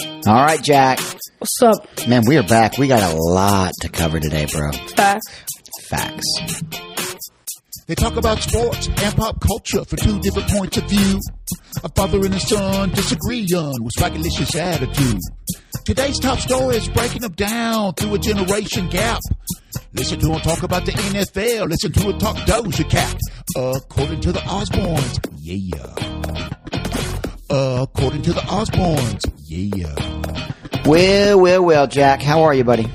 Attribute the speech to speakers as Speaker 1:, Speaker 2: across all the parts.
Speaker 1: All right, Jack.
Speaker 2: What's up?
Speaker 1: Man, we are back. We got a lot to cover today, bro.
Speaker 2: Facts.
Speaker 1: Facts.
Speaker 3: They talk about sports and pop culture from two different points of view. A father and a son disagree on with swagalicious attitude. Today's top story is breaking them down through a generation gap. Listen to them talk about the NFL. Listen to them talk Doja Cat. According to the Osbournes, yeah. According to the Osbournes, yeah.
Speaker 1: Well, well, well, Jack. How are you, buddy?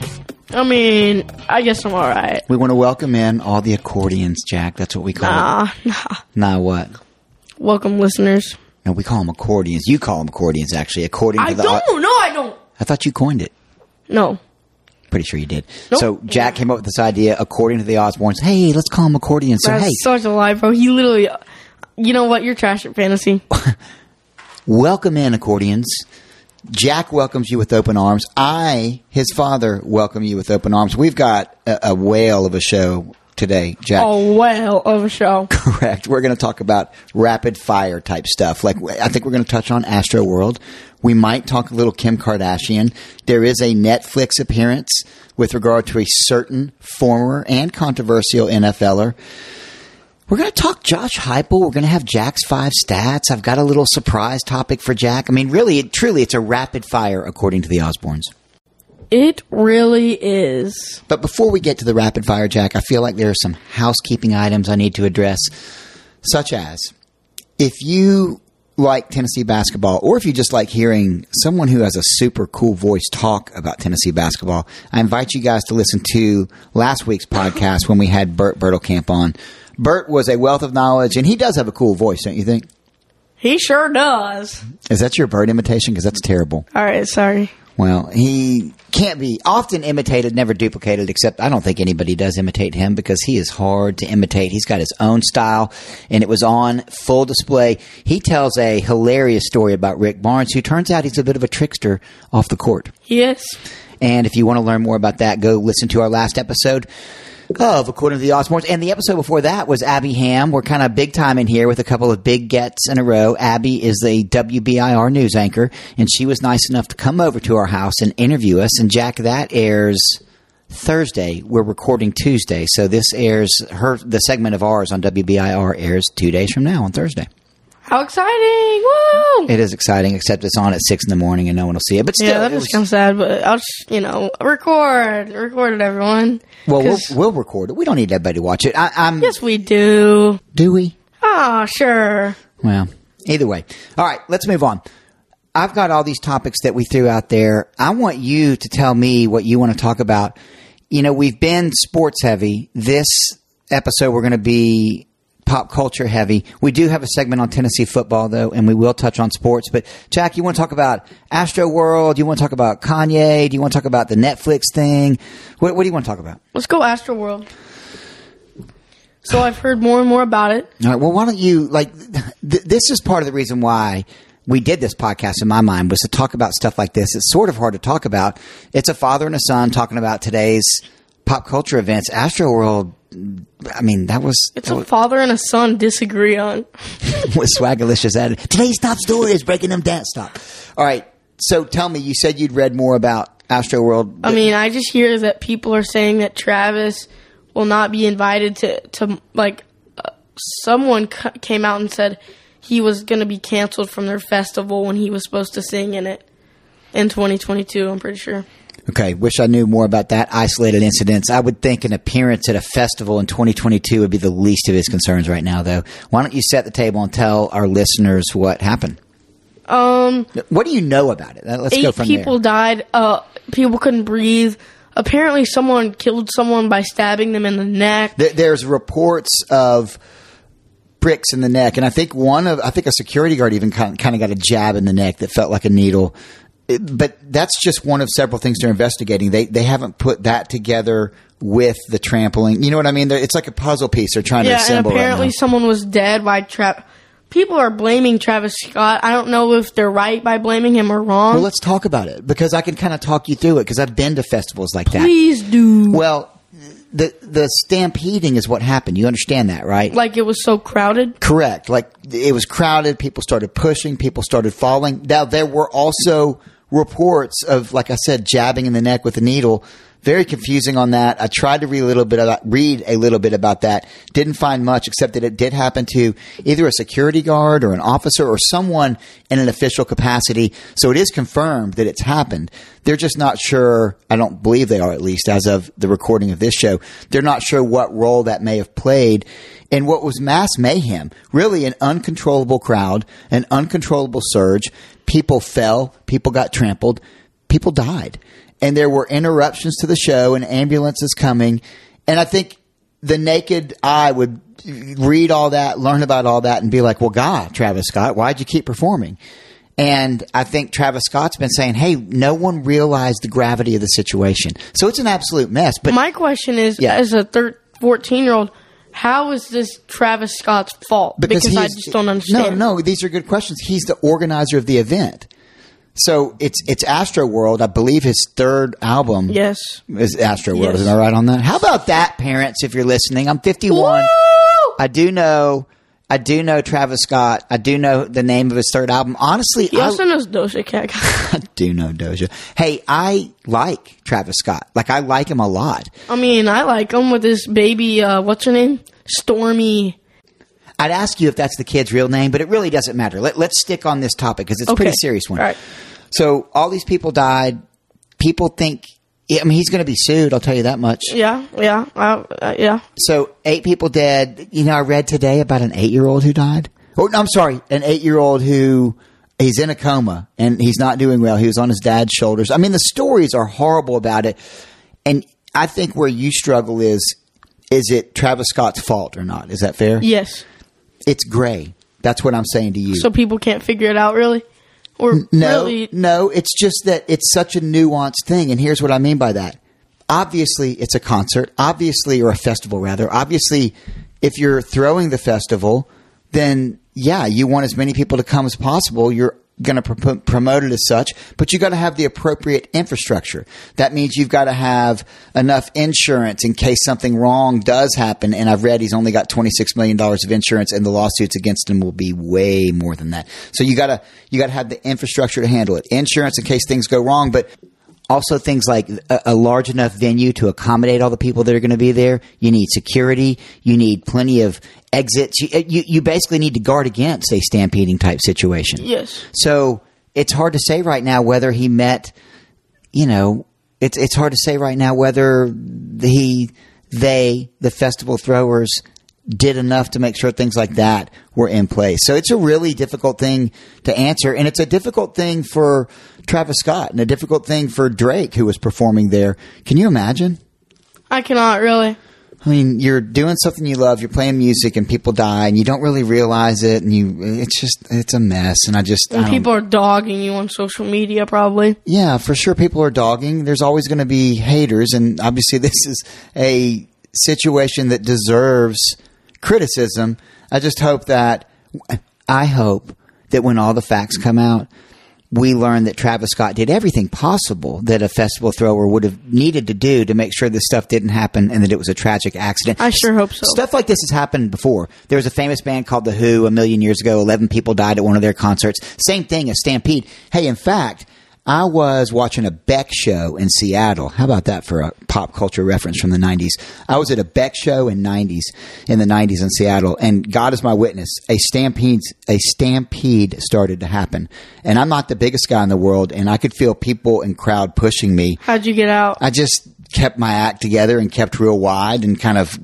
Speaker 2: I mean, I guess I'm all right.
Speaker 1: We want to welcome in all the accordions, Jack. That's what we call them.
Speaker 2: Ah, nah.
Speaker 1: Nah, what?
Speaker 2: Welcome, listeners.
Speaker 1: No, we call them accordions. You call them accordions, actually. According to
Speaker 2: I
Speaker 1: the,
Speaker 2: don't. No, I don't.
Speaker 1: I thought you coined it.
Speaker 2: No.
Speaker 1: Pretty sure you did.
Speaker 2: Nope.
Speaker 1: So Jack came up with this idea, according to the Osbournes. Hey, let's call them accordions. So
Speaker 2: That's
Speaker 1: hey,
Speaker 2: such a lie, bro. He literally. You know what? You're trash at fantasy.
Speaker 1: welcome in accordions. Jack welcomes you with open arms. I, his father, welcome you with open arms. We've got a, a whale of a show today, Jack.
Speaker 2: oh, well, of a show.
Speaker 1: Correct. We're going to talk about rapid fire type stuff. Like I think we're going to touch on Astro World. We might talk a little Kim Kardashian. There is a Netflix appearance with regard to a certain former and controversial NFLer. er. We're going to talk Josh Heupel. We're going to have Jack's five stats. I've got a little surprise topic for Jack. I mean, really, it, truly, it's a rapid fire according to the Osbournes.
Speaker 2: It really is.
Speaker 1: But before we get to the rapid fire, Jack, I feel like there are some housekeeping items I need to address, such as if you like Tennessee basketball, or if you just like hearing someone who has a super cool voice talk about Tennessee basketball, I invite you guys to listen to last week's podcast when we had Bert Bertelkamp on. Bert was a wealth of knowledge, and he does have a cool voice, don't you think?
Speaker 2: He sure does.
Speaker 1: Is that your Bert imitation? Because that's terrible.
Speaker 2: All right, sorry.
Speaker 1: Well, he can't be often imitated, never duplicated, except I don't think anybody does imitate him because he is hard to imitate. He's got his own style, and it was on full display. He tells a hilarious story about Rick Barnes, who turns out he's a bit of a trickster off the court.
Speaker 2: Yes.
Speaker 1: And if you want to learn more about that, go listen to our last episode of According to the Osbournes. And the episode before that was Abby Ham. We're kind of big time in here with a couple of big gets in a row. Abby is the WBIR news anchor, and she was nice enough to come over to our house and interview us. And Jack, that airs Thursday. We're recording Tuesday, so this airs her the segment of ours on WBIR airs two days from now on Thursday.
Speaker 2: How exciting! Woo!
Speaker 1: It is exciting, except it's on at six in the morning and no one will see it. But still,
Speaker 2: yeah, that
Speaker 1: it
Speaker 2: just
Speaker 1: was-
Speaker 2: kind of sad, but I'll just, you know, record. Record it, everyone.
Speaker 1: well, we'll
Speaker 2: 'Cause-
Speaker 1: we'll record it. We don't need everybody to watch it. I, I'm
Speaker 2: Yes, we do.
Speaker 1: do we?
Speaker 2: Ah, sure.
Speaker 1: Well, either way. All right, let's move on. I've got all these topics that we threw out there. I want you to tell me what you want to talk about. You know, we've been sports heavy. This episode, we're going to be pop culture heavy. We do have a segment on Tennessee football, though, and we will touch on sports. But, Jack, you want to talk about Astro World? You want to talk about Kanye? Do you want to talk about the Netflix thing? What, what do you want to talk about?
Speaker 2: Let's go Astroworld. So I've heard more and more about it.
Speaker 1: All right. Well, why don't you like? Th- this is part of the reason why we did this podcast. In my mind, was to talk about stuff like this. It's sort of hard to talk about. It's a father and a son talking about today's pop culture events. Astroworld. I mean, that was
Speaker 2: It's a father and a son disagree on.
Speaker 1: was swagalicious added. Today's top story is breaking them down. Stop. All right. So tell me, you said you'd read more about Astroworld.
Speaker 2: I mean, I just hear that people are saying that Travis will not be invited to to like. Uh, someone c- came out and said he was going to be canceled from their festival when he was supposed to sing in it in 2022. I'm pretty sure.
Speaker 1: Okay, wish I knew more about that isolated incidents. I would think an appearance at a festival in 2022 would be the least of his concerns right now, though. Why don't you set the table and tell our listeners what happened?
Speaker 2: Um,
Speaker 1: What do you know about it? Uh, Let's go
Speaker 2: eight
Speaker 1: from
Speaker 2: people
Speaker 1: there.
Speaker 2: died. Uh, people couldn't breathe. Apparently, someone killed someone by stabbing them in the neck.
Speaker 1: There- There's reports of bricks in the neck, and I think one of I think a security guard even kind kind of got a jab in the neck that felt like a needle. It- but that's just one of several things they're investigating. They they haven't put that together with the trampling. You know what I mean? They're, it's like a puzzle piece they're trying to
Speaker 2: Yeah, and
Speaker 1: assemble. right
Speaker 2: apparently
Speaker 1: now.
Speaker 2: someone was dead by Travis. People are blaming Travis Scott. I don't know if they're right by blaming him or wrong.
Speaker 1: Well, let's talk about it because I can kind of talk you through it because I've been to festivals like that.
Speaker 2: Please do.
Speaker 1: Well, the the stampeding is what happened. You understand that, right?
Speaker 2: like it was so crowded.
Speaker 1: Correct. Like it was crowded. People started pushing. People started falling. Now there were also reports of, like I said, jabbing in the neck with a needle. Very confusing on that. I tried to read a little bit about, read a little bit about that. Didn't find much except that it did happen to either a security guard or an officer or someone in an official capacity. So it is confirmed that it's happened. They're just not sure. I don't believe they are, at least as of the recording of this show. They're not sure what role that may have played in what was mass mayhem. Really an uncontrollable crowd, an uncontrollable surge. People fell. People got trampled. People died. And there were interruptions to the show and ambulances coming. And I think the naked eye would read all that, learn about all that, and be like, well, God, Travis Scott, why'd you keep performing? And I think Travis Scott's been saying, hey, no one realized the gravity of the situation. So it's an absolute mess. But
Speaker 2: My question is,
Speaker 1: Yeah.
Speaker 2: as a thir- 14 year old, how is this Travis Scott's fault?
Speaker 1: he
Speaker 2: I
Speaker 1: is-
Speaker 2: just don't understand.
Speaker 1: No, no, these are good questions. He's the organizer of the event. So it's it's Astro World, I believe his third album
Speaker 2: Yes.
Speaker 1: is Astro World.
Speaker 2: Yes.
Speaker 1: Am I right on that? How about that, parents? If you're listening, I'm 51. I do know, I do know Travis Scott. I do know the name of his third album. Honestly,
Speaker 2: He
Speaker 1: I,
Speaker 2: also knows Doja Cat.
Speaker 1: I do know Doja. Hey, I like Travis Scott. Like I like him a lot.
Speaker 2: I mean, I like him with his baby, uh, what's her name? Stormy.
Speaker 1: I'd ask you if that's the kid's real name, but it really doesn't matter. Let, let's stick on this topic because it's a
Speaker 2: Okay.
Speaker 1: pretty serious one.
Speaker 2: All right.
Speaker 1: So all these people died. People think. I mean, he's going to be sued. I'll tell you that much.
Speaker 2: Yeah, yeah, uh, uh, yeah.
Speaker 1: So eight people dead. You know, I read today about an eight-year-old who died. Oh, no, I'm sorry, an eight-year-old who he's in a coma and he's not doing well. He was on his dad's shoulders. I mean, the stories are horrible about it. And I think where you struggle is, is it Travis Scott's fault or not? Is that fair?
Speaker 2: Yes.
Speaker 1: It's gray. That's what I'm saying to you.
Speaker 2: So people can't figure it out, really? Or
Speaker 1: No,
Speaker 2: really?
Speaker 1: no, it's just that it's such a nuanced thing. And here's what I mean by that. Obviously, it's a concert, obviously, or a festival, rather. Obviously, if you're throwing the festival, then yeah, you want as many people to come as possible. You're going to pro- promote it as such, but you got to have the appropriate infrastructure. That means you've got to have enough insurance in case something wrong does happen. And I've read he's only got $26 million of insurance and the lawsuits against him will be way more than that. So you got to, you got to have the infrastructure to handle it. Insurance in case things go wrong, but also things like a, a large enough venue to accommodate all the people that are going to be there. You need security. You need plenty of exits. You, you, you basically need to guard against a stampeding type situation.
Speaker 2: Yes.
Speaker 1: So it's hard to say right now whether he met, you know, it's it's hard to say right now whether he, they, the festival throwers did enough to make sure things like that were in place. So it's a really difficult thing to answer, and it's a difficult thing for Travis Scott and a difficult thing for Drake, who was performing there. Can you imagine?
Speaker 2: I cannot, really.
Speaker 1: I mean, you're doing something you love, you're playing music, and people die, and you don't really realize it, and you—it's just—it's a mess. And I just I
Speaker 2: And
Speaker 1: don't-
Speaker 2: people are dogging you on social media, probably.
Speaker 1: Yeah, for sure. People are dogging. There's always going to be haters, and obviously, this is a situation that deserves criticism. I just hope that I hope that when all the facts come out, we learn that Travis Scott did everything possible that a festival thrower would have needed to do to make sure this stuff didn't happen and that it was a tragic accident.
Speaker 2: I sure hope so.
Speaker 1: Stuff like this has happened before. There was a famous band called The Who a million years ago. 11 people died at one of their concerts. Same thing as Stampede. Hey, in fact, I was watching a Beck show in Seattle. How about that for a pop culture reference from the 90s? I was at a Beck show in 90s in the 90s in Seattle and God is my witness, a stampede a stampede started to happen. And I'm not the biggest guy in the world and I could feel people and crowd pushing me.
Speaker 2: How'd you get out?
Speaker 1: I just kept my act together and kept real wide and kind of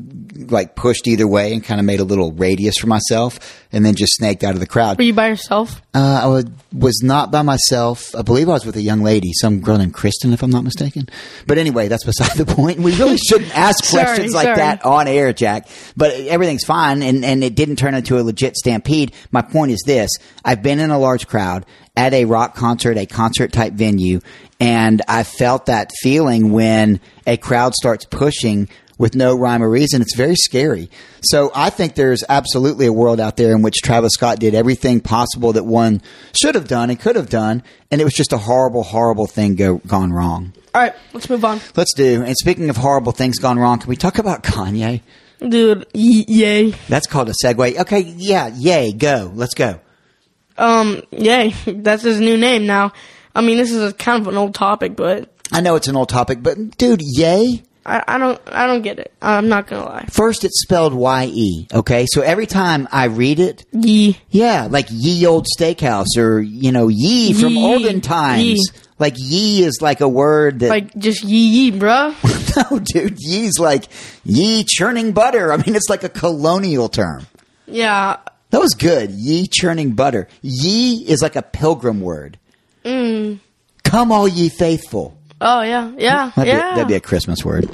Speaker 1: like pushed either way and kind of made a little radius for myself and then just snaked out of the crowd.
Speaker 2: Were you by yourself?
Speaker 1: Uh, I was, was not by myself. I believe I was with a young lady, some girl named Kristen, if I'm not mistaken. But anyway, that's beside the point. We really shouldn't ask
Speaker 2: Sorry,
Speaker 1: questions like
Speaker 2: sorry.
Speaker 1: that on air, Jack. But everything's fine, and, and it didn't turn into a legit stampede. My point is this I've been in a large crowd at a rock concert, a concert type venue, and I felt that feeling when a crowd starts pushing with no rhyme or reason. It's very scary. So I think there's absolutely a world out there in which Travis Scott did everything possible that one should have done and could have done, and it was just a horrible, horrible thing go, gone wrong.
Speaker 2: All right, let's move on.
Speaker 1: Let's do. And speaking of horrible things gone wrong, can we talk about Kanye?
Speaker 2: Dude, y- yay.
Speaker 1: That's called a segue. Okay, yeah, yay, go. Let's go.
Speaker 2: Um, yay. That's his new name now. I mean, this is a, kind of an old topic, but
Speaker 1: I know it's an old topic, but dude, yay.
Speaker 2: I, I don't I don't get it. I'm not gonna lie.
Speaker 1: First, it's spelled Y E. Okay, so every time I read it,
Speaker 2: Yee.
Speaker 1: yeah, like ye old steakhouse or you know ye from
Speaker 2: Ye.
Speaker 1: olden times.
Speaker 2: Ye.
Speaker 1: Like ye is like a word that
Speaker 2: Like just yee yee, bruh.
Speaker 1: no, dude, ye's like ye churning butter. I mean, it's like a colonial term.
Speaker 2: yeah.
Speaker 1: That was good. Ye churning butter. Ye is like a pilgrim word.
Speaker 2: Mm.
Speaker 1: Come all ye faithful.
Speaker 2: Oh yeah. Yeah.
Speaker 1: That'd,
Speaker 2: yeah.
Speaker 1: be, that'd be a Christmas word.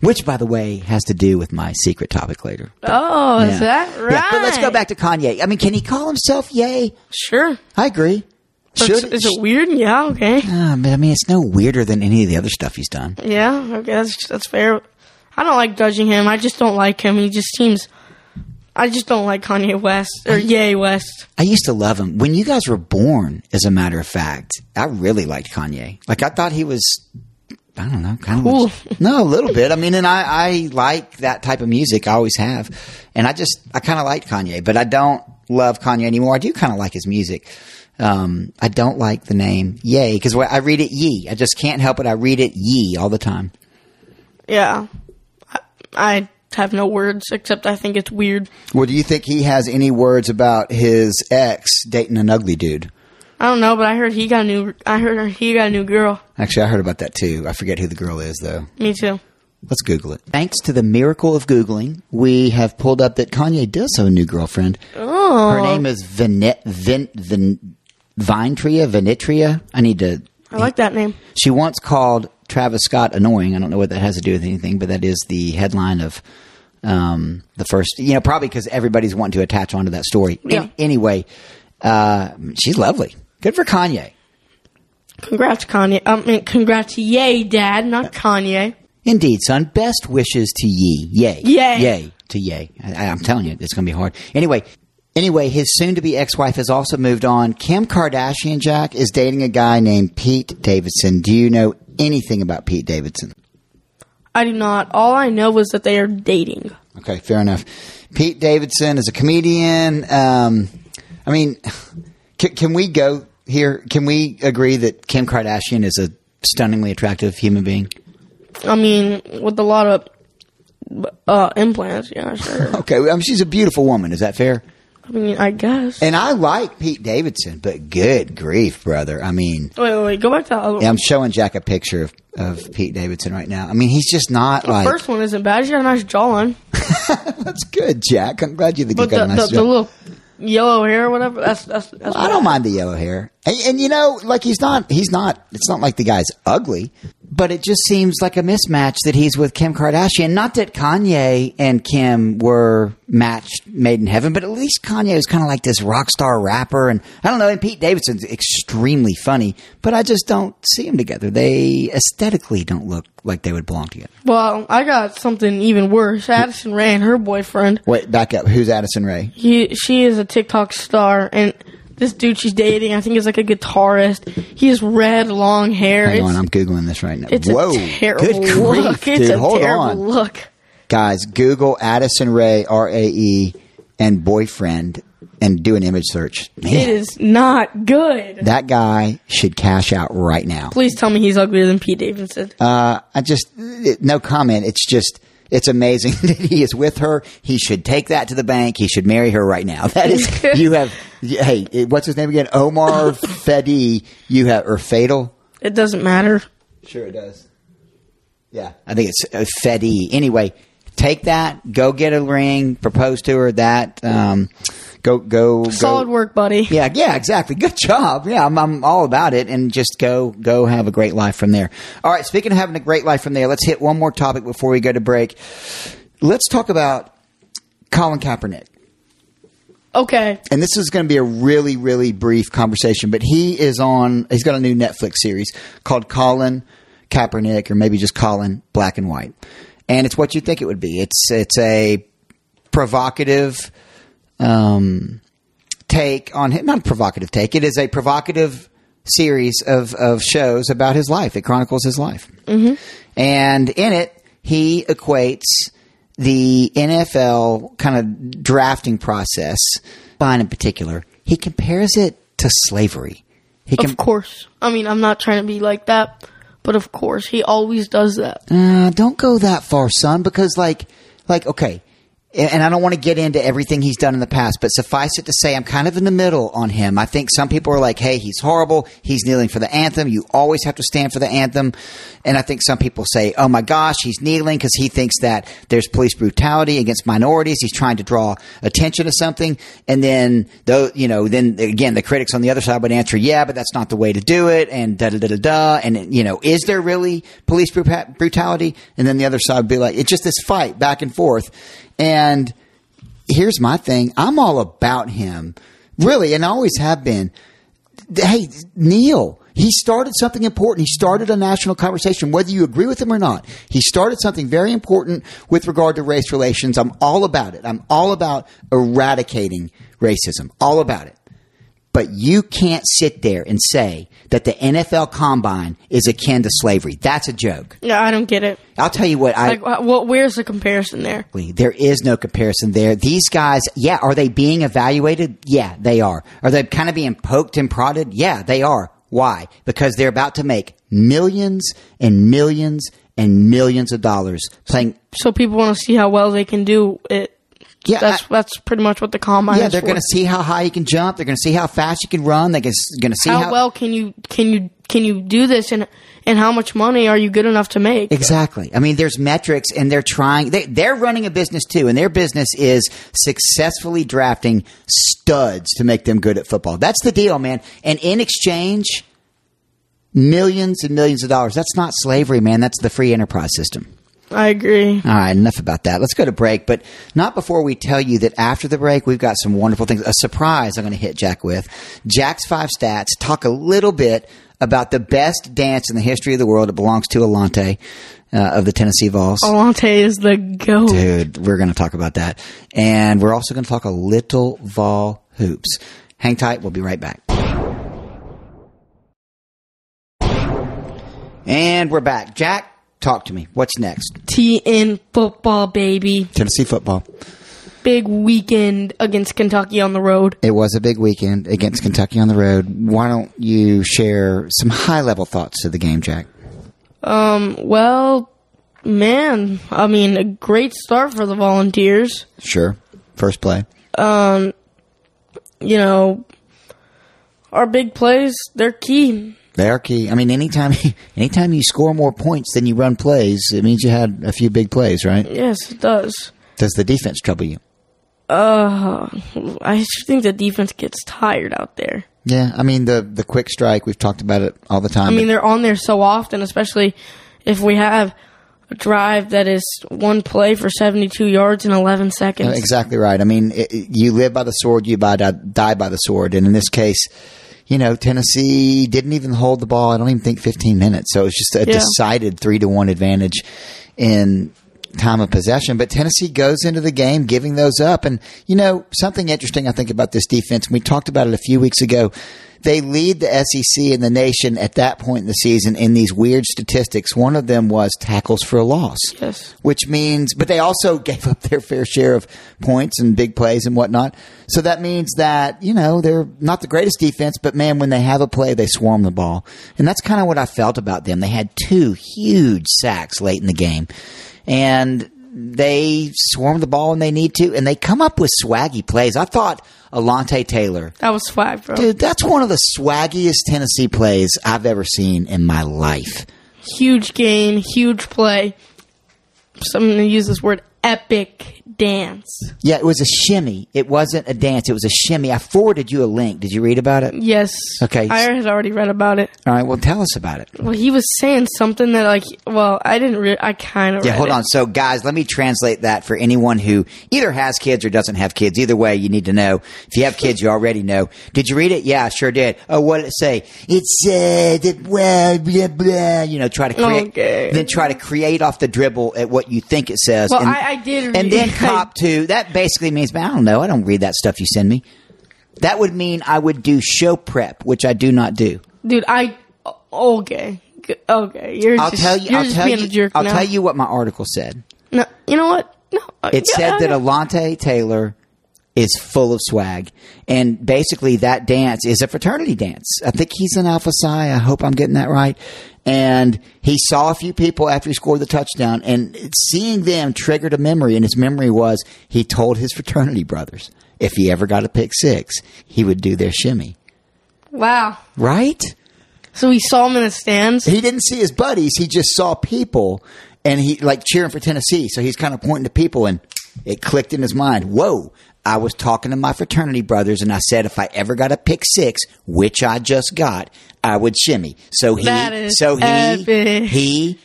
Speaker 1: Which, by the way, has to do with my secret topic later.
Speaker 2: oh,
Speaker 1: Yeah.
Speaker 2: is that right?
Speaker 1: Yeah, but let's go back to Kanye. I mean, can he call himself Yay?
Speaker 2: Sure.
Speaker 1: I agree.
Speaker 2: But
Speaker 1: Should
Speaker 2: is it weird? Yeah. Okay.
Speaker 1: Ah, but I mean, it's no weirder than any of the other stuff he's done.
Speaker 2: Yeah. Okay. That's that's fair. I don't like judging him. I just don't like him. He just seems. I just don't like Kanye West or Yay West.
Speaker 1: I used to love him when you guys were born. As a matter of fact, I really liked Kanye. Like I thought he was, I don't know, kind of
Speaker 2: Cool.
Speaker 1: no, a little bit. I mean, and I, I like that type of music. I always have, and I just I kind of liked Kanye, but I don't love Kanye anymore. I do kind of like his music. Um, I don't like the name Yay because I read it Ye. I just can't help it. I read it Ye all the time.
Speaker 2: Yeah. I, I have no words except I think it's weird.
Speaker 1: Well, do you think he has any words about his ex dating an ugly dude?
Speaker 2: I don't know, but I heard he got a new. I heard he got a new girl.
Speaker 1: Actually, I heard about that too. I forget who the girl is though.
Speaker 2: Me too.
Speaker 1: Let's Google it. Thanks to the miracle of Googling, we have pulled up that Kanye does have a new girlfriend.
Speaker 2: Oh.
Speaker 1: Her name is Vinet, Vin, Vin, Vintria, Vinitria. I need to.
Speaker 2: I like that name.
Speaker 1: She once called Travis Scott annoying. I don't know what that has to do with anything, but that is the headline of um, the first. You know, probably because everybody's wanting to attach onto that story. An-
Speaker 2: Yeah.
Speaker 1: anyway, uh, she's lovely. Good for Kanye.
Speaker 2: Congrats, Kanye. I mean, congrats, yay, Dad, not Kanye.
Speaker 1: Indeed, son. Best wishes to ye. Yay.
Speaker 2: Yay.
Speaker 1: Yay. To yay. I, I'm telling you, it's going to be hard. Anyway, anyway, his soon-to-be ex-wife has also moved on. Kim Kardashian, Jack, is dating a guy named Pete Davidson. Do you know anything about Pete Davidson?
Speaker 2: I do not. All I know is that they are dating.
Speaker 1: Okay, fair enough. Pete Davidson is a comedian. Um, I mean, can, can we go here? Can we agree that Kim Kardashian is a stunningly attractive human being?
Speaker 2: I mean, with a lot of uh, implants. Yeah, sure.
Speaker 1: Okay, I mean, she's a beautiful woman. Is that fair?
Speaker 2: I mean, I guess. Wait,
Speaker 1: And I like Pete Davidson, but good grief, brother. I mean,
Speaker 2: wait, wait. Go back to the other one.
Speaker 1: yeah, I'm showing Jack a picture of, of Pete Davidson right now. I mean, he's just not
Speaker 2: the
Speaker 1: like.
Speaker 2: first one isn't bad. She got a nice jawline,
Speaker 1: That's good, Jack. I'm glad you think you
Speaker 2: but the,
Speaker 1: got a nice
Speaker 2: the, the
Speaker 1: job.
Speaker 2: little yellow hair, or whatever. That's that's. that's
Speaker 1: I don't mind the yellow hair, and, and you know, like he's not, he's not. It's not like the guy's ugly, but it just seems like a mismatch that he's with Kim Kardashian. Not that Kanye and Kim were matched, made in heaven, but at least Kanye is kind of like this rock star rapper, and I don't know. And Pete Davidson's extremely funny, but I just don't see them together. They aesthetically don't look like they would belong together.
Speaker 2: Well, I got something even worse. Addison Ray and her boyfriend.
Speaker 1: Wait, back up. Who's Addison Ray?
Speaker 2: he she is a TikTok star, and this dude she's dating, I think, is like a guitarist. He has red, long hair.
Speaker 1: Hang on,
Speaker 2: it's
Speaker 1: I'm googling this right now.
Speaker 2: it's
Speaker 1: Whoa,
Speaker 2: a terrible
Speaker 1: good grief,
Speaker 2: look. it's
Speaker 1: dude,
Speaker 2: a
Speaker 1: hold
Speaker 2: terrible
Speaker 1: on.
Speaker 2: look.
Speaker 1: guys google addison ray r-a-e E, and boyfriend and do an image search Man,
Speaker 2: It is not good.
Speaker 1: that guy should cash out right now
Speaker 2: Please tell me he's uglier than Pete Davidson.
Speaker 1: uh, i just it- no comment it's just it's amazing that he is with her he should take that to the bank he should marry her right now that is you have hey what's his name again omar fedi you have or fatal
Speaker 2: it doesn't matter.
Speaker 1: Sure, it does. Yeah, I think it's uh, Fetty. Anyway, take that. Go get a ring. Propose to her. That. Um, go go go.
Speaker 2: Solid work, buddy.
Speaker 1: Yeah, yeah, exactly. Good job. Yeah, I'm, I'm all about it. And just go, go have a great life from there. All right. Speaking of having a great life from there, let's hit one more topic before we go to break. Let's talk about Colin Kaepernick.
Speaker 2: Okay.
Speaker 1: And this is going to be a really, really brief conversation, but he is on, he's got a new Netflix series called Colin Kaepernick, or maybe just Colin Black and White. And it's what you think it would be. It's, it's a provocative, um, take on him, not a provocative take. It is a provocative series of, of shows about his life. It chronicles his life. Mm-hmm. And in it, he equates the NFL kind of drafting process, mine in particular. He compares it to slavery. He can.
Speaker 2: Of course. I mean, I'm not trying to be like that, but of course, he always does that.
Speaker 1: Uh, don't go that far, son, because like, like okay, and and I don't want to get into everything he's done in the past, but suffice it to say, I'm kind of in the middle on him. I think some people are like, "Hey, he's horrible. He's kneeling for the anthem. You always have to stand for the anthem," and I think some people say, "Oh my gosh, he's kneeling because he thinks that there's police brutality against minorities. He's trying to draw attention to something." And then, though, you know, then again, the critics on the other side would answer, "Yeah, but that's not the way to do it," and da da da da da. And you know, is there really police brupa- brutality? And then the other side would be like, "It's just this fight back and forth." And here's my thing I'm all about him, really, and I always have been. Hey, Neil, he started something important. He started a national conversation, whether you agree with him or not. He started something very important with regard to race relations. I'm all about it. I'm all about eradicating racism, all about it. But you can't sit there and say that the NFL combine is akin to slavery. That's a joke.
Speaker 2: Yeah, I don't get it.
Speaker 1: I'll tell you what, I,
Speaker 2: Like, wh- what? Where's the comparison there?
Speaker 1: Exactly. There is no comparison there. These guys, yeah, are they being evaluated? Yeah, they are. Are they kind of being poked and prodded? Yeah, they are. Why? Because they're about to make millions and millions and millions of dollars playing.
Speaker 2: So people want to see how well they can do it.
Speaker 1: Yeah,
Speaker 2: that's
Speaker 1: I-
Speaker 2: that's pretty much what the combine
Speaker 1: yeah,
Speaker 2: is
Speaker 1: they're
Speaker 2: for.
Speaker 1: going to see how high you can jump. They're going to see how fast you can run. They're going to see
Speaker 2: how well can you can you can you do this and and how much money are you good enough to make?
Speaker 1: Exactly. I mean, there's metrics, and they're trying. They, they're running a business too, and their business is successfully drafting studs to make them good at football. That's the deal, man. And in exchange, millions and millions of dollars. That's not slavery, man. That's the free enterprise system.
Speaker 2: I agree.
Speaker 1: All right, enough about that. Let's go to break, but not before we tell you that after the break, we've got some wonderful things. A surprise I'm going to hit Jack with. Jack's five stats talk a little bit about the best dance in the history of the world. It belongs to Alante uh, of the Tennessee Vols.
Speaker 2: Alante is the goat.
Speaker 1: Dude, we're going to talk about that. And we're also going to talk a little Vol hoops. Hang tight. We'll be right back. And we're back. Jack, talk to me. What's next?
Speaker 2: T in football, baby.
Speaker 1: Tennessee football.
Speaker 2: Big weekend against Kentucky on the road.
Speaker 1: It was a big weekend against Kentucky on the road. Why don't you share some high level thoughts to the game, Jack?
Speaker 2: Um, well, man, I mean, a great start for the Volunteers.
Speaker 1: Sure. First play.
Speaker 2: You know, our big plays, they're key.
Speaker 1: They are key. I mean, anytime anytime you score more points than you run plays, it means you had a few big plays, right?
Speaker 2: Yes, it does.
Speaker 1: Does the defense trouble you?
Speaker 2: I just think the defense gets tired out there.
Speaker 1: Yeah, I mean the the quick strike. We've talked about it all the time.
Speaker 2: I mean, they're on there so often, especially if we have a drive that is one play for 72 yards in 11 seconds.
Speaker 1: Uh, exactly right. I mean, it, it- you live by the sword, you by, die by the sword, and in this case, you know Tennessee didn't even hold the ball. I don't even think 15 minutes. So it's just a
Speaker 2: Yeah.
Speaker 1: decided three to one advantage in time of possession. But Tennessee goes into the game giving those up, and you know something interesting I think about this defense. and We talked about it a few weeks ago. They lead the SEC and the nation at that point in the season in these weird statistics. One of them was tackles for a loss
Speaker 2: Yes.
Speaker 1: which means, but they also gave up their fair share of points and big plays and whatnot. So that means that, you know, they're not the greatest defense, but man, when they have a play, they swarm the ball. And that's kind of what I felt about them. They had two huge sacks late in the game and they swarm the ball when they need to and they come up with swaggy plays. I thought Alante Taylor.
Speaker 2: That was five, bro.
Speaker 1: Dude, that's one of the swaggiest Tennessee plays I've ever seen in my life.
Speaker 2: Huge gain, huge play. So I'm going to use this word epic dance.
Speaker 1: Yeah, it was a shimmy. It wasn't a dance. It was a shimmy. I forwarded you a link. Did you read about it?
Speaker 2: Yes.
Speaker 1: Okay.
Speaker 2: I had already read about it.
Speaker 1: All right. Well, tell us about it.
Speaker 2: Well, he was saying something that, like, well, I didn't re- I kind of
Speaker 1: Yeah, hold on. So, guys, let me translate that for anyone who either has kids or doesn't have kids. Either way, you need to know. If you have kids, you already know. Did you read it? Yeah, I sure did. Oh, what did it say? It said, that, well, blah, blah, you know, try to create,
Speaker 2: Okay.
Speaker 1: then try to create off the dribble at what you think it says.
Speaker 2: Well, I- I did read-
Speaker 1: And then
Speaker 2: I-
Speaker 1: cop to, that basically means, man, I don't know. I don't read that stuff you send me. That would mean I would do show prep, which I do not do.
Speaker 2: Dude, I. Okay. G- Okay. You're
Speaker 1: I'll
Speaker 2: just,
Speaker 1: tell you.
Speaker 2: You're
Speaker 1: I'll
Speaker 2: just
Speaker 1: tell
Speaker 2: being
Speaker 1: you.
Speaker 2: a jerk
Speaker 1: I'll
Speaker 2: now.
Speaker 1: tell you what my article said.
Speaker 2: No, you know what? No.
Speaker 1: It
Speaker 2: yeah,
Speaker 1: said
Speaker 2: I
Speaker 1: that
Speaker 2: know.
Speaker 1: Alante Taylor is full of swag. And basically, that dance is a fraternity dance. I think he's an Alpha Psi. I hope I'm getting that right. And he saw a few people after he scored the touchdown, and seeing them triggered a memory. And his memory was he told his fraternity brothers if he ever got a pick six, he would do their shimmy.
Speaker 2: Wow.
Speaker 1: Right?
Speaker 2: So he saw him in the stands.
Speaker 1: He didn't see his buddies. He just saw people, and he like cheering for Tennessee. So he's kind of pointing to people, and it clicked in his mind. Whoa! I was talking to my fraternity brothers, and I said if I ever got a pick six, which I just got, I would shimmy. So he,
Speaker 2: That is
Speaker 1: so he,
Speaker 2: epic.
Speaker 1: he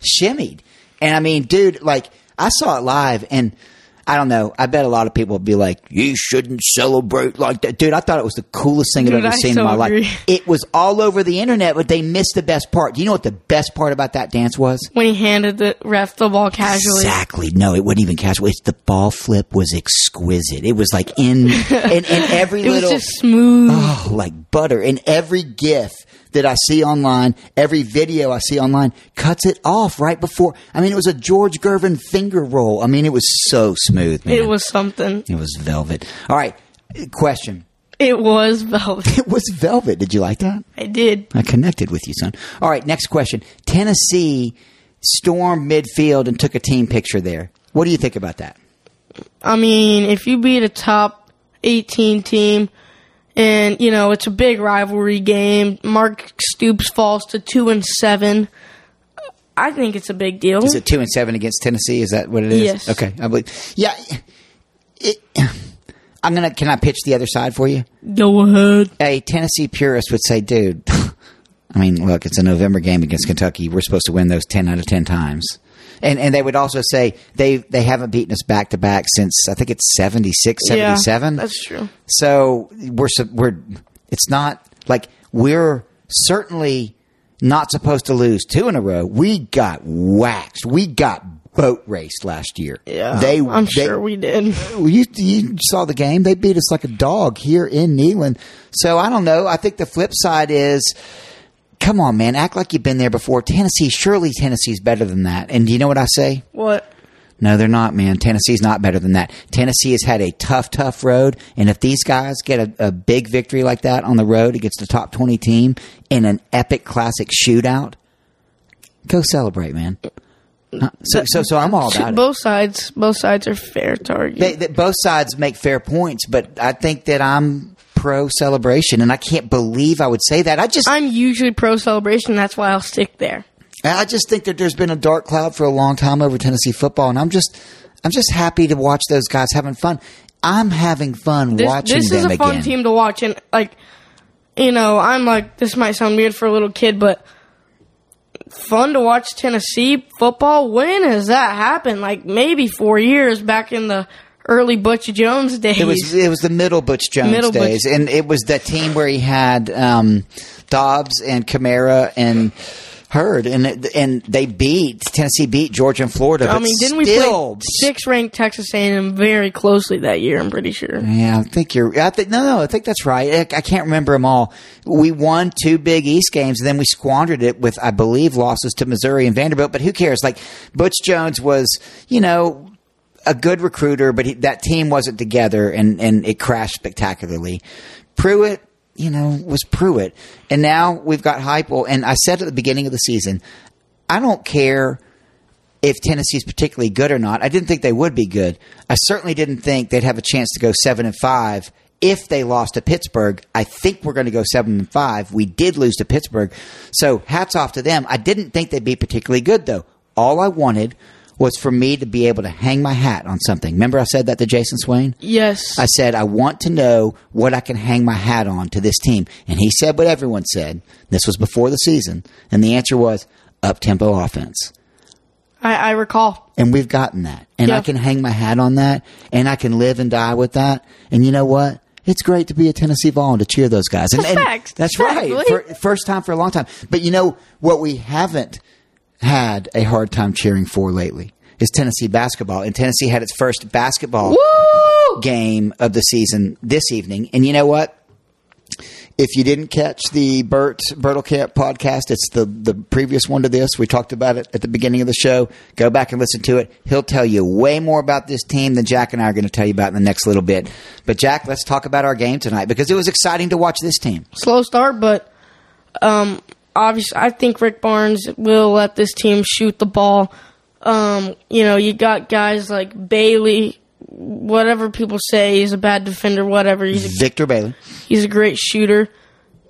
Speaker 1: shimmied, and I mean, dude, like I saw it live, and. I don't know. I bet a lot of people would be like, "You shouldn't celebrate like that, dude." I thought it was the coolest thing I've
Speaker 2: Dude,
Speaker 1: ever
Speaker 2: I
Speaker 1: seen
Speaker 2: so
Speaker 1: in my
Speaker 2: agree.
Speaker 1: life. It was all over the internet, but they missed the best part. Do you know what the best part about that dance was?
Speaker 2: when he handed the ref the ball casually.
Speaker 1: Exactly. No, it wouldn't even catch. It's the ball flip was exquisite. It was like in in, in every
Speaker 2: It was
Speaker 1: little
Speaker 2: just smooth.
Speaker 1: oh, like butter. And every GIF that I see online, every video I see online, cuts it off right before. I mean, it was a George Gervin finger roll. I mean, it was so smooth, man.
Speaker 2: It was something.
Speaker 1: It was velvet. All right, question.
Speaker 2: It was velvet.
Speaker 1: It was velvet. Did you like that?
Speaker 2: I did.
Speaker 1: I connected with you, son. All right, next question. Tennessee stormed midfield and took a team picture there. What do you think about that?
Speaker 2: I mean, if you beat a top 18 team, and you know it's a big rivalry game. Mark Stoops falls to two and seven. I think it's a big deal.
Speaker 1: Is it two and seven against Tennessee? Is that what it is?
Speaker 2: Yes.
Speaker 1: Okay, I believe. Yeah. It, I'm gonna. Can I pitch the other side for you?
Speaker 2: Go ahead.
Speaker 1: a Tennessee purist would say, dude, I mean, look, it's a November game against Kentucky. We're supposed to win those 10 out of 10 times. And and they would also say they they haven't beaten us back to back since I think it's 76,
Speaker 2: Yeah,
Speaker 1: 77.
Speaker 2: that's true.
Speaker 1: So we're su- we're it's not like we're certainly not supposed to lose two in a row. We got waxed. We got boat raced last year.
Speaker 2: Yeah,
Speaker 1: They
Speaker 2: I'm
Speaker 1: they-
Speaker 2: sure we did.
Speaker 1: well, you you saw the game. They beat us like a dog here in Neyland. So I don't know. I think the flip side is, come on, man, act like you've been there before. Tennessee, surely Tennessee's better than that. And do you know what I say?
Speaker 2: What?
Speaker 1: No, they're not, man. Tennessee's not better than that. Tennessee has had a tough, tough road, and if these guys get a, a big victory like that on the road against the top twenty team in an epic classic shootout, go celebrate, man. Uh, So, so, so I'm all about it.
Speaker 2: Both sides. Both sides are fair target.
Speaker 1: they, that both sides make fair points, but I think that I'm pro celebration, and I can't believe I would say that. I just, I,
Speaker 2: I'm usually pro celebration. That's why I'll stick there.
Speaker 1: just think that there's been a dark cloud for a long time over Tennessee football, and I'm just, I'm just happy to watch those guys having fun. I'm having fun
Speaker 2: This,
Speaker 1: watching
Speaker 2: this
Speaker 1: them
Speaker 2: is a fun
Speaker 1: again.
Speaker 2: team to watch, and like, you know, I'm like, this might sound weird for a little kid, but fun to watch Tennessee football. When has that happened? Like maybe four years back in the early Butch Jones days.
Speaker 1: It was it was the middle Butch Jones
Speaker 2: Middle Butch-
Speaker 1: days, and it was the team where he had um, Dobbs and Kamara and Hurd, and it- and they beat Tennessee beat Georgia and Florida.
Speaker 2: I
Speaker 1: but
Speaker 2: mean, didn't we
Speaker 1: still,
Speaker 2: play six ranked Texas A&M very closely that year? I'm pretty sure.
Speaker 1: Yeah, I think you're. I think no, no. I think that's right. I, I can't remember them all. We won two Big East games, and then we squandered it with, I believe, losses to Missouri and Vanderbilt. But who cares? Like Butch Jones was, you know, a good recruiter, but he, that team wasn't together, and and it crashed spectacularly. Pruitt, you know, was Pruitt, and now we've got Heupel. And I said at the beginning of the season, I don't care if Tennessee's particularly good or not. I didn't think they would be good. I certainly didn't think they'd have a chance to go seven and five if they lost to Pittsburgh. I think we're going to go seven and five. We did lose to Pittsburgh, so hats off to them. I didn't think they'd be particularly good though. All I wanted was for me to be able to hang my hat on something. Remember, I said that to Jason Swain.
Speaker 2: Yes.
Speaker 1: I said, I want to know what I can hang my hat on to this team. And he said what everyone said. This was before the season. And the answer was up tempo offense.
Speaker 2: I, I recall.
Speaker 1: And we've gotten that. And I
Speaker 2: Yeah.
Speaker 1: can hang my hat on that. And I can live and die with that. And you know what? It's great to be a Tennessee Vol and to cheer those guys. And, and
Speaker 2: Facts.
Speaker 1: that's right. For,
Speaker 2: Exactly.
Speaker 1: first time for a long time. But you know what we haven't had a hard time cheering for lately is Tennessee basketball. And Tennessee had its first basketball
Speaker 2: Woo!
Speaker 1: game of the season this evening. And you know what? If you didn't catch the Bert Bertelkamp podcast, it's the the previous one to this. We talked about it at the beginning of the show. Go back and listen to it. He'll tell you way more about this team than Jack and I are going to tell you about in the next little bit. But Jack, let's talk about our game tonight because it was exciting to watch this team.
Speaker 2: slow start, but um, obviously, I think Rick Barnes will let this team shoot the ball. Um, you know, you got guys like Bailey, whatever people say, he's a bad defender, whatever. He's a,
Speaker 1: Victor Bailey.
Speaker 2: he's a great shooter.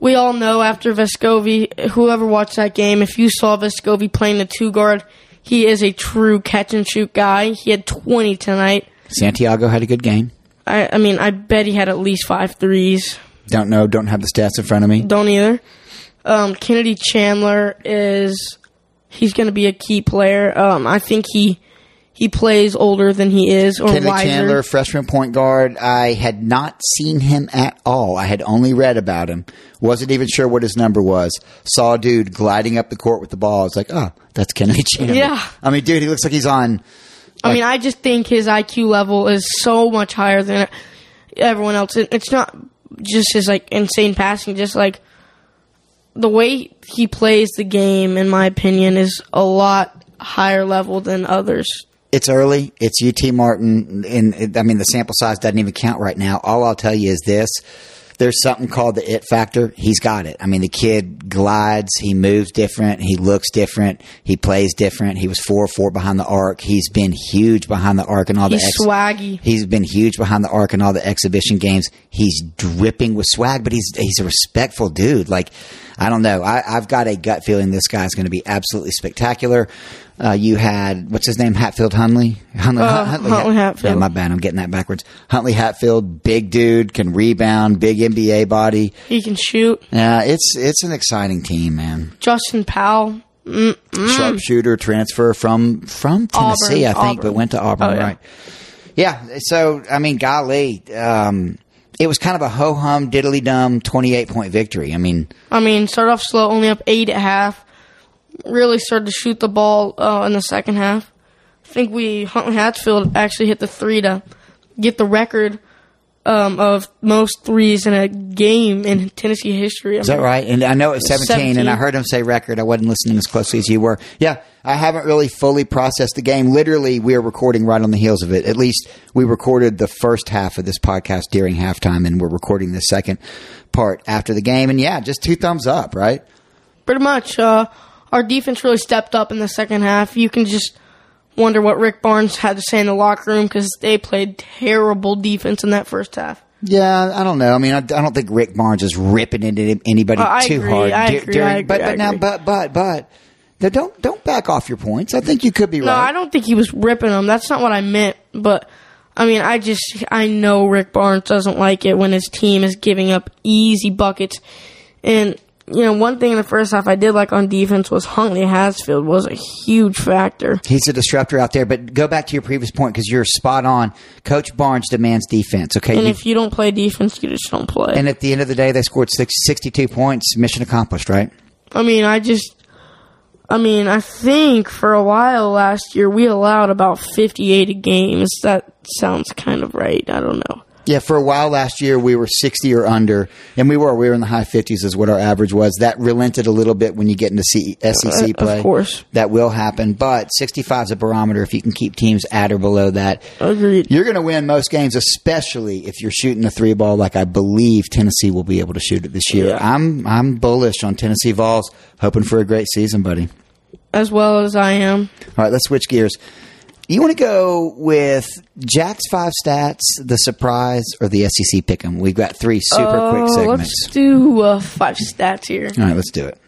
Speaker 2: We all know after Vescovi, whoever watched that game, if you saw Vescovi playing the two guard, he is a true catch and shoot guy. He had 20 tonight.
Speaker 1: Santiago had a good game.
Speaker 2: I, I mean, I bet he had at least five threes.
Speaker 1: Don't know. Don't have the stats in front of me.
Speaker 2: Don't either. Um, Kennedy Chandler is he's going to be a key player. Um, I think he he plays older than he is or
Speaker 1: Kennedy
Speaker 2: wiser.
Speaker 1: Chandler, freshman point guard. I had not seen him at all. I had only read about him. Wasn't even sure what his number was. Saw a dude gliding up the court with the ball. I was like, oh, that's Kennedy Chandler.
Speaker 2: Yeah.
Speaker 1: I mean, dude, he looks like he's on.
Speaker 2: I mean, I just think his IQ level is so much higher than everyone else. It, it's not just his like insane passing, just like the way he plays the game. In my opinion, is a lot higher level than others.
Speaker 1: It's early. It's UT Martin. And it, I mean, the sample size doesn't even count right now. All I'll tell you is this. There's something called the it factor. He's got it. I mean, the kid glides. He moves different. He looks different. He plays different. He was four four behind the arc. He's been huge behind the arc and all
Speaker 2: He's
Speaker 1: the ex-
Speaker 2: swaggy.
Speaker 1: He's been huge behind the arc in all the exhibition games. He's dripping with swag, but he's he's a respectful dude. Like I don't know, I, I've got a gut feeling this guy's going to be absolutely spectacular. Uh, you had what's his name, Hatfield Hunley. Hunley,
Speaker 2: Uh, Huntley
Speaker 1: Hat-
Speaker 2: Hatfield.
Speaker 1: Yeah, my bad, I'm getting that backwards. Huntley Hatfield, big dude, can rebound, big NBA body.
Speaker 2: He can shoot.
Speaker 1: Yeah, it's it's an exciting team, man.
Speaker 2: Justin Powell. mm,
Speaker 1: Sharpshooter transfer from from Tennessee,
Speaker 2: Auburn,
Speaker 1: I think, but
Speaker 2: Auburn.
Speaker 1: went to Auburn,
Speaker 2: Oh, yeah.
Speaker 1: right? Yeah. So I mean, golly, um, it was kind of a ho hum, diddly dum, twenty eight point victory. I mean,
Speaker 2: I mean, started off slow, only up eight at half. Really started to shoot the ball uh, in the second half. I think we Huntley Hatfield actually hit the three to get the record um, of most threes in a game in Tennessee history.
Speaker 1: is that right? And I know it was seventeen, and I
Speaker 2: 17.
Speaker 1: heard him say record. I wasn't listening as closely as you were. Yeah, I haven't really fully processed the game. Literally, we are recording right on the heels of it. At least we recorded the first half of this podcast during halftime, and we're recording the second part after the game. And yeah, just two thumbs up, right?
Speaker 2: Pretty much, uh, our defense really stepped up in the second half. You can just wonder what Rick Barnes had to say in the locker room because they played terrible defense in that first half.
Speaker 1: Yeah, I don't know. I mean, I, I don't think Rick Barnes is ripping it at anybody
Speaker 2: Uh, I
Speaker 1: too
Speaker 2: agree,
Speaker 1: hard.
Speaker 2: I
Speaker 1: du-
Speaker 2: agree,
Speaker 1: during-
Speaker 2: I agree,
Speaker 1: but but
Speaker 2: I
Speaker 1: now,
Speaker 2: agree.
Speaker 1: but but but now don't don't back off your points. I think you could be
Speaker 2: No,
Speaker 1: right.
Speaker 2: I don't think he was ripping them. That's not what I meant. But I mean, I just I know Rick Barnes doesn't like it when his team is giving up easy buckets. And you know, one thing in the first half I did like on defense was Huntley Hasfield was a huge factor.
Speaker 1: He's a disruptor out there. But go back to your previous point because you're spot on. Coach Barnes demands defense. Okay,
Speaker 2: And
Speaker 1: You-
Speaker 2: if you don't play defense, you just don't play.
Speaker 1: and at the end of the day, they scored six, 62 points. Mission accomplished, right?
Speaker 2: I mean, I just. I mean, I think for a while last year we allowed about 58 a game. Is That sounds kind of right. I don't know.
Speaker 1: Yeah, for a while last year we were 60 or under, and we were we were in the high 50s is what our average was. That relented a little bit when you get into C- SEC
Speaker 2: Uh, of
Speaker 1: play.
Speaker 2: course.
Speaker 1: that will happen, but 65 is a barometer if you can keep teams at or below that.
Speaker 2: Agreed.
Speaker 1: You're going to win most games, especially if you're shooting a three ball like I believe Tennessee will be able to shoot it this year.
Speaker 2: Yeah.
Speaker 1: I'm I'm bullish on Tennessee Vols, hoping for a great season, buddy.
Speaker 2: As well as I am.
Speaker 1: All right, let's switch gears. You want to go with Jack's five stats, the surprise, or the E SEC pick'em? We've got three super quick
Speaker 2: Uh,
Speaker 1: segments.
Speaker 2: Let's do uh, five stats here.
Speaker 1: All right, let's do it.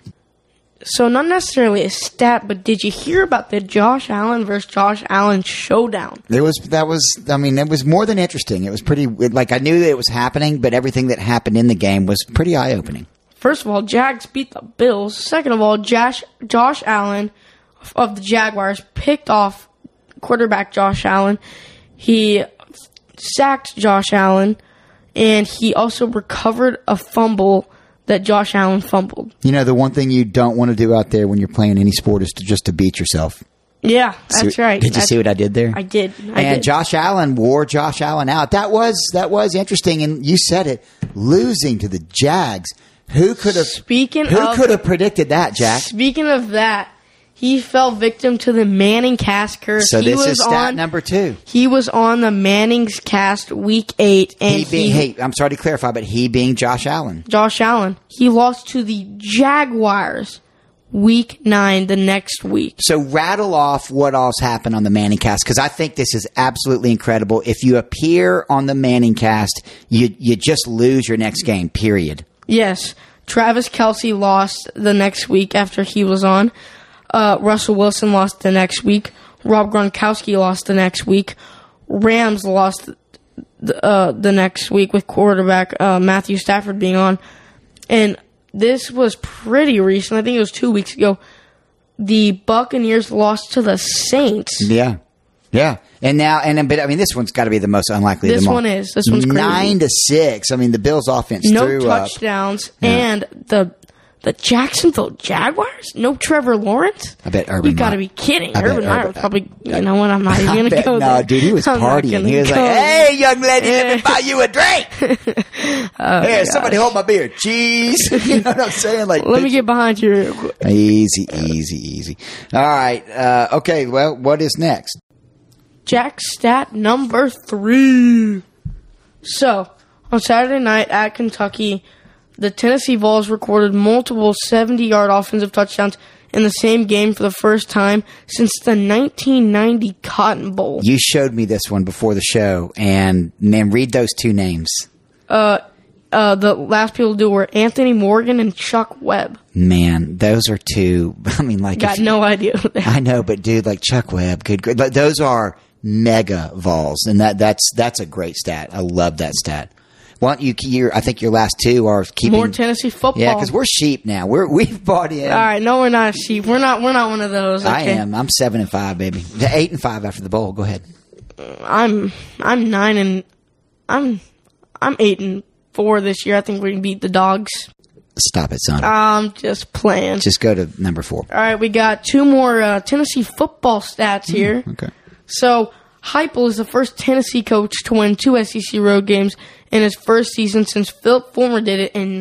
Speaker 2: So, not necessarily a stat, but did you hear about the Josh Allen versus Josh Allen showdown?
Speaker 1: There was that was I mean it was more than interesting. It was pretty like I knew that it was happening, but everything that happened in the game was pretty eye opening.
Speaker 2: First of all, Jags beat the Bills. Second of all, Josh, Josh Allen of the Jaguars picked off quarterback Josh Allen. He sacked Josh Allen, and he also recovered a fumble that Josh Allen fumbled.
Speaker 1: You know the one thing you don't want to do out there when you're playing any sport is to just to beat yourself.
Speaker 2: Yeah, that's
Speaker 1: See-
Speaker 2: right.
Speaker 1: Did you
Speaker 2: That's-
Speaker 1: see what I did there?
Speaker 2: I did. I
Speaker 1: and
Speaker 2: did.
Speaker 1: Josh Allen wore Josh Allen out. That was that was interesting. And you said it, losing to the Jags. Who could have?
Speaker 2: Speaking
Speaker 1: who
Speaker 2: of-
Speaker 1: could have predicted that, Jack?
Speaker 2: Speaking of that, he fell victim to the Manning cast curse.
Speaker 1: So
Speaker 2: he
Speaker 1: this
Speaker 2: was
Speaker 1: is stat
Speaker 2: on,
Speaker 1: number two.
Speaker 2: He was on the Manning's cast week eight, and
Speaker 1: He being, hey, I'm sorry to clarify, but he being Josh Allen.
Speaker 2: Josh Allen, he lost to the Jaguars week nine the next week.
Speaker 1: So rattle off what all's happened on the Manning cast because I think this is absolutely incredible. If you appear on the Manning cast, you you just lose your next game. Period.
Speaker 2: Yes, Travis Kelsey lost the next week after he was on. Uh, Russell Wilson lost the next week. Rob Gronkowski lost the next week. Rams lost the, uh, the next week with quarterback uh, Matthew Stafford being on. And this was pretty recent. I think it was two weeks ago. The Buccaneers lost to the Saints.
Speaker 1: Yeah. Yeah. And now, and then- but I mean, this one's got to be the most unlikely. of
Speaker 2: This
Speaker 1: them all.
Speaker 2: one is. This one's crazy.
Speaker 1: nine to six. I mean, the Bills' offense
Speaker 2: no
Speaker 1: threw up.
Speaker 2: touchdowns and the the Jacksonville Jaguars. No Trevor Lawrence.
Speaker 1: I bet Urban
Speaker 2: You got to
Speaker 1: Meyer-
Speaker 2: be kidding.
Speaker 1: I bet
Speaker 2: Urban Meyer
Speaker 1: Urban-
Speaker 2: was probably. You know what? I'm not even
Speaker 1: I
Speaker 2: gonna
Speaker 1: bet-
Speaker 2: go
Speaker 1: no,
Speaker 2: there.
Speaker 1: dude, he was
Speaker 2: I'm not
Speaker 1: partying.
Speaker 2: gonna
Speaker 1: He was
Speaker 2: go
Speaker 1: like,
Speaker 2: there.
Speaker 1: "Hey, young lady, let me buy you a drink."
Speaker 2: Oh,
Speaker 1: Here, somebody hold my beer. Jeez, you know what I'm saying? Like,
Speaker 2: Let me get behind you. real quick.
Speaker 1: easy, easy, easy. All right, uh, okay. Well, what is next?
Speaker 2: Jack stat number three. So, on Saturday night at Kentucky, the Tennessee Vols recorded multiple 70 yard offensive touchdowns in the same game for the first time since the 1990 Cotton Bowl.
Speaker 1: You showed me this one before the show, and man, read those two names.
Speaker 2: Uh, the last people to do were Anthony Morgan and Chuck Webb.
Speaker 1: Man, those are two. I mean, like,
Speaker 2: Got
Speaker 1: if-
Speaker 2: no idea. who they are.
Speaker 1: I know, but dude, like Chuck Webb, good. gr- Like, those are mega vols, and that that's that's a great stat. I love that stat. Why don't you? you I think your last two are keeping
Speaker 2: More Tennessee football.
Speaker 1: Yeah, because we're sheep now. We're we've bought in.
Speaker 2: All right, no, we're not a sheep. We're not. We're not one of those.
Speaker 1: I
Speaker 2: okay?
Speaker 1: am. I'm seven and five, baby. The Eight and five after the bowl. Go ahead.
Speaker 2: I'm I'm nine and I'm I'm eight and four this year. I think we're gonna beat the dogs.
Speaker 1: Stop it, son.
Speaker 2: I'm just playing.
Speaker 1: Just go to number four.
Speaker 2: All right, we got two more uh, Tennessee football stats here.
Speaker 1: Okay.
Speaker 2: So Heupel is the first Tennessee coach to win two SEC road games in his first season since Philip Former did it in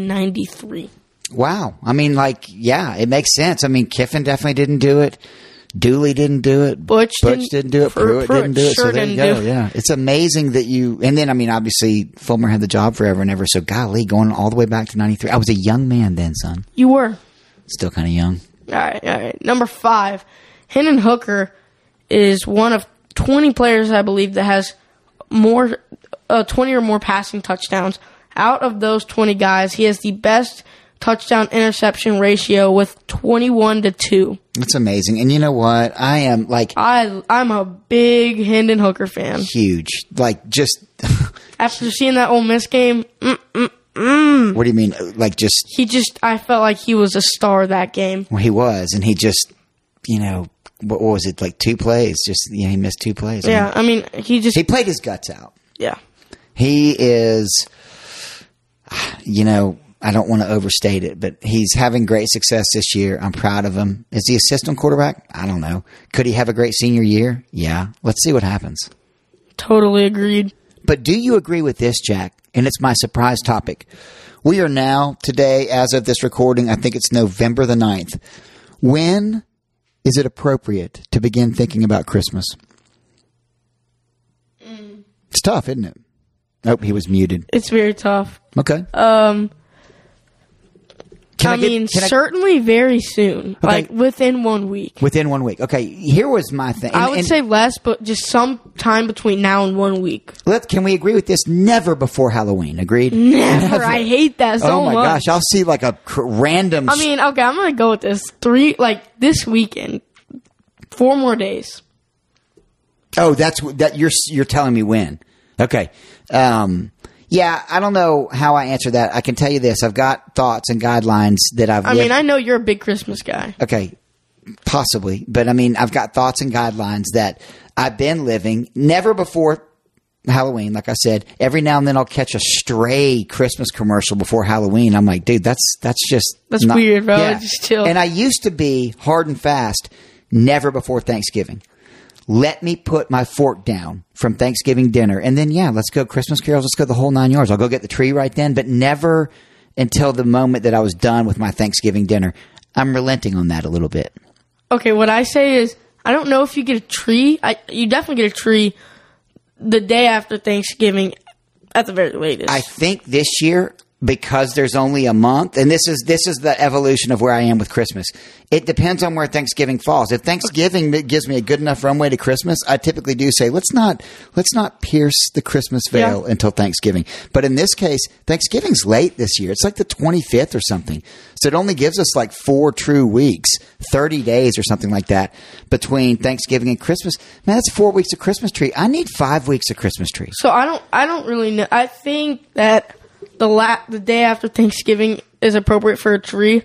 Speaker 2: 1993.
Speaker 1: Wow. I mean, like, yeah, it makes sense. I mean, Kiffin definitely didn't do it. Dooley didn't do it.
Speaker 2: Butch
Speaker 1: Butch
Speaker 2: didn't-
Speaker 1: didn't do it.
Speaker 2: Pru-
Speaker 1: Pruitt,
Speaker 2: Pruitt
Speaker 1: didn't do it. so
Speaker 2: sure
Speaker 1: there you
Speaker 2: didn't
Speaker 1: go.
Speaker 2: do it.
Speaker 1: Yeah, it's amazing that you. And then, I mean, obviously, Fulmer had the job forever and ever. So, golly, going all the way back to '93. I was a young man then, son.
Speaker 2: You were.
Speaker 1: Still kind of young.
Speaker 2: All right, all right. Number five, Hendon Hooker is one of 20 players, I believe, that has more uh, 20 or more passing touchdowns. Out of those 20 guys, he has the best touchdown interception ratio with 21 to 2.
Speaker 1: That's amazing. And you know what? I am like
Speaker 2: I, I'm a big Hendon Hooker fan.
Speaker 1: huge. Like, just
Speaker 2: After seeing that Ole Miss game, mm,
Speaker 1: what do you mean? Like, just
Speaker 2: he just, I felt like he was a star that game.
Speaker 1: Well, he was, and he just, you know, what, what was it like? Two plays, just yeah, he missed two plays. I mean,
Speaker 2: Yeah, I mean, he just,
Speaker 1: he played his guts out.
Speaker 2: yeah.
Speaker 1: He is, you know, I don't want to overstate it, but he's having great success this year. I'm proud of him. Is he a system quarterback? I don't know. Could he have a great senior year? Yeah. Let's see what happens.
Speaker 2: Totally agreed.
Speaker 1: But do you agree with this, Jack? And it's my surprise topic. We are now, today, as of this recording, I think it's November the 9th. When is it appropriate to begin thinking about Christmas? It's tough, isn't it? Oh, he was muted.
Speaker 2: It's very tough. Um,
Speaker 1: Okay. Can
Speaker 2: I,
Speaker 1: I get-
Speaker 2: mean,
Speaker 1: can I-
Speaker 2: certainly very soon, like within one week.
Speaker 1: Within one week. Okay, here was my thing.
Speaker 2: I
Speaker 1: And-
Speaker 2: would
Speaker 1: and
Speaker 2: say less, but just some time between now and one week.
Speaker 1: let, can we agree with this? Never before Halloween. Agreed?
Speaker 2: Never. I hate that so
Speaker 1: oh my
Speaker 2: much.
Speaker 1: gosh, I'll see like a cr- random.
Speaker 2: uh, I mean, okay, I'm gonna go with this three, like this weekend, four more days.
Speaker 1: Oh, that's wh- that you're you're telling me when. Okay. Um yeah, I don't know how I answer that. I can tell you this. I've got thoughts and guidelines that I've
Speaker 2: I
Speaker 1: lived-
Speaker 2: mean, I know you're a big Christmas guy.
Speaker 1: okay, possibly, but I mean, I've got thoughts and guidelines that I've been living never before Halloween. Like I said, every now and then I'll catch a stray Christmas commercial before Halloween. I'm like, dude, that's that's just
Speaker 2: That's weird, bro. Just chill.
Speaker 1: And I used to be hard and fast. never before Thanksgiving. Let me put my fork down from Thanksgiving dinner, and then yeah, let's go Christmas carols. Let's go the whole nine yards. I'll go get the tree right then, but never until the moment that I was done with my Thanksgiving dinner. I'm relenting on that a little bit.
Speaker 2: Okay, what I say is I don't know if you get a tree. I you definitely get a tree the day after Thanksgiving at the very latest.
Speaker 1: I think this year because there's only a month and this is this is the evolution of where I am with Christmas. It depends on where Thanksgiving falls. If Thanksgiving gives me a good enough runway to Christmas, I typically do say let's not let's not pierce the Christmas veil
Speaker 2: Yeah.
Speaker 1: until Thanksgiving. But in this case, Thanksgiving's late this year. It's like the 25th or something. So it only gives us like 4 true weeks, 30 days or something like that between Thanksgiving and Christmas. Man, that's 4 weeks of Christmas tree. I need 5 weeks of Christmas tree.
Speaker 2: so I don't I don't really know. I think that the la- the day after Thanksgiving is appropriate for a tree,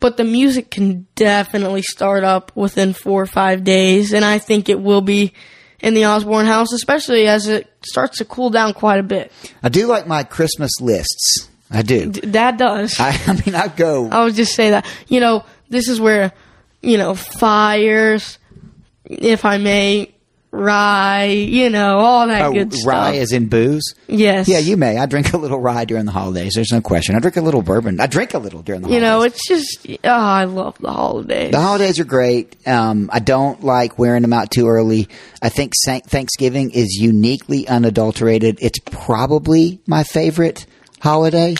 Speaker 2: but the music can definitely start up within 4 or 5 days and I think it will be in the Osborne house especially as it starts to cool down quite a bit.
Speaker 1: I do like my Christmas lists. I do.
Speaker 2: D- Oh, that does.
Speaker 1: I, I mean, I go.
Speaker 2: I would just say that you know this is where you know fires, if I may, rye, you know all that
Speaker 1: Oh,
Speaker 2: good stuff.
Speaker 1: rye is in booze.
Speaker 2: yes,
Speaker 1: Yeah, you may. I drink a little rye during the holidays. There's no question. I drink a little bourbon. I drink a little during the
Speaker 2: You
Speaker 1: holidays.
Speaker 2: know it's just oh, I love the holidays.
Speaker 1: the holidays are great. Um, I don't like wearing them out too early. I think San- Thanksgiving is uniquely unadulterated. It's probably my favorite holiday.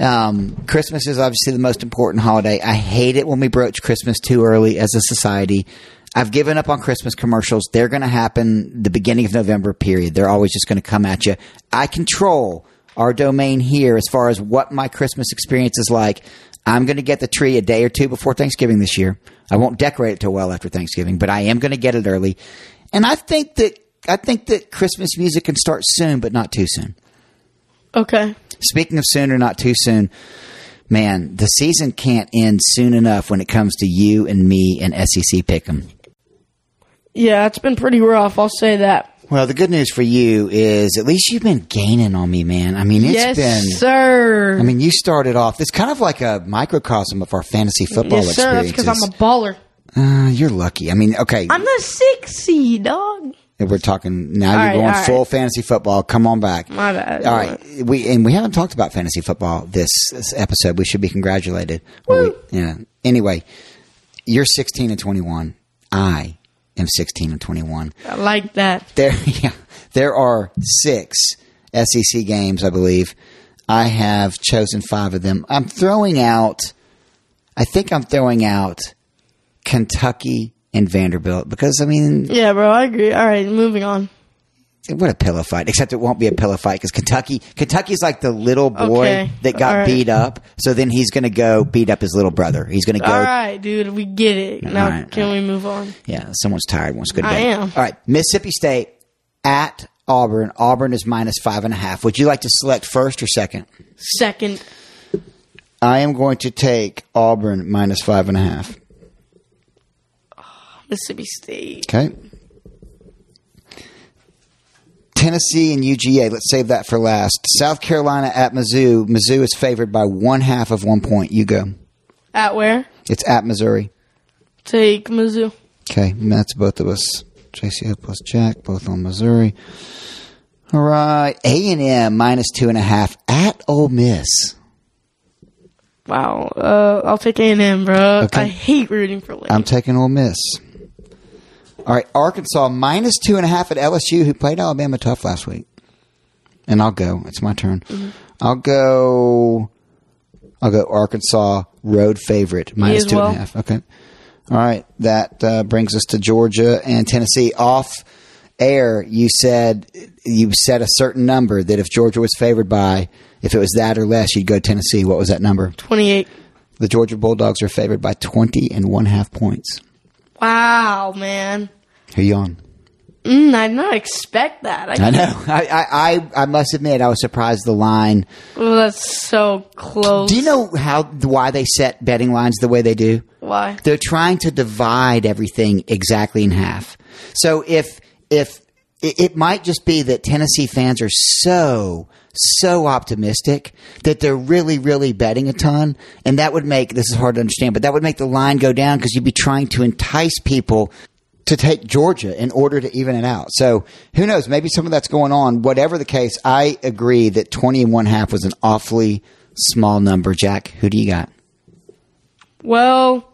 Speaker 1: Um, Christmas is obviously the most important holiday. I hate it when we broach Christmas too early as a society. I've given up on Christmas commercials. They're going to happen the beginning of November, period. They're always just going to come at you. I control our domain here as far as what my Christmas experience is like. I'm going to get the tree a day or two before Thanksgiving this year. I won't decorate it till well after Thanksgiving, but I am going to get it early. And I think that I think that Christmas music can start soon, but not too soon.
Speaker 2: okay,
Speaker 1: Speaking of soon or not too soon, man, the season can't end soon enough when it comes to you and me and SEC Pick'em.
Speaker 2: yeah, it's been pretty rough. I'll say that.
Speaker 1: Well, the good news for you is at least you've been gaining on me, man. I mean, it's
Speaker 2: yes,
Speaker 1: been
Speaker 2: sir.
Speaker 1: I mean, you started off. It's kind of like a microcosm of our fantasy football
Speaker 2: yes, sir. That's
Speaker 1: experiences.
Speaker 2: because I'm a baller.
Speaker 1: Uh, you're lucky. I mean, okay,
Speaker 2: I'm the six seed dog.
Speaker 1: we're talking now.
Speaker 2: All
Speaker 1: You're
Speaker 2: right,
Speaker 1: going
Speaker 2: all right.
Speaker 1: full fantasy football. Come on back.
Speaker 2: My bad.
Speaker 1: All right, we and we haven't talked about fantasy football this, this episode. We should be congratulated. Or we- yeah. Anyway, you're 16 and 21. I am 16 and 21.
Speaker 2: I like that.
Speaker 1: There, yeah, there are six SEC games, I believe. I have chosen five of them. I'm throwing out. I think I'm throwing out Kentucky and Vanderbilt because I mean
Speaker 2: Yeah, bro. I agree. All right, moving on.
Speaker 1: what a pillow fight! Except it won't be a pillow fight because Kentucky, Kentucky's like the little boy
Speaker 2: Okay.
Speaker 1: that got
Speaker 2: All right.
Speaker 1: beat up. So then he's going to go beat up his little brother. He's going to go.
Speaker 2: All right, dude. We get it. Now,
Speaker 1: All right,
Speaker 2: can
Speaker 1: all
Speaker 2: we move on?
Speaker 1: Yeah, someone's tired. Wants to go to
Speaker 2: I
Speaker 1: bed.
Speaker 2: am.
Speaker 1: All right, Mississippi State at Auburn. Auburn is minus five and a half. Would you like to select first or second?
Speaker 2: Second.
Speaker 1: I am going to take Auburn minus five and a half.
Speaker 2: Mississippi State.
Speaker 1: Okay. Tennessee and UGA. Let's save that for last. South Carolina at Mizzou. Mizzou is favored by one half of one point. You go.
Speaker 2: At where?
Speaker 1: It's at Missouri.
Speaker 2: Take Mizzou.
Speaker 1: Okay, and that's both of us. JCO plus Jack, both on Missouri. All right, A and M minus two and a half at Ole Miss.
Speaker 2: Wow. Uh, I'll take A and M, bro.
Speaker 1: Okay. Um,
Speaker 2: I hate rooting for Lane.
Speaker 1: I'm taking Ole Miss. All right, Arkansas minus two and a half at LSU, who played Alabama tough last week. And I'll go. It's my turn.
Speaker 2: Mm-hmm.
Speaker 1: I'll go. I'll go Arkansas road favorite minus
Speaker 2: as
Speaker 1: two and
Speaker 2: well.
Speaker 1: a half. Okay. All right, that uh, brings us to Georgia and Tennessee. Off air, you said you said a certain number that if Georgia was favored by, if it was that or less, you'd go Tennessee. What was that number?
Speaker 2: Twenty-eight.
Speaker 1: The Georgia Bulldogs are favored by twenty and one half points.
Speaker 2: Wow, man.
Speaker 1: Who you on?
Speaker 2: Mm, I did not expect that. I,
Speaker 1: I know. I, I, I, I must admit, I was surprised the line.
Speaker 2: Well, that's so close.
Speaker 1: Do you know how why they set betting lines the way they do?
Speaker 2: why?
Speaker 1: They're trying to divide everything exactly in half. So if if it, it might just be that Tennessee fans are so so optimistic that they're really, really betting a ton. And that would make, this is hard to understand, but that would make the line go down because you'd be trying to entice people to take Georgia in order to even it out. So who knows? Maybe some of that's going on. Whatever the case, I agree that 20 and one half was an awfully small number. Jack, who do you got?
Speaker 2: Well,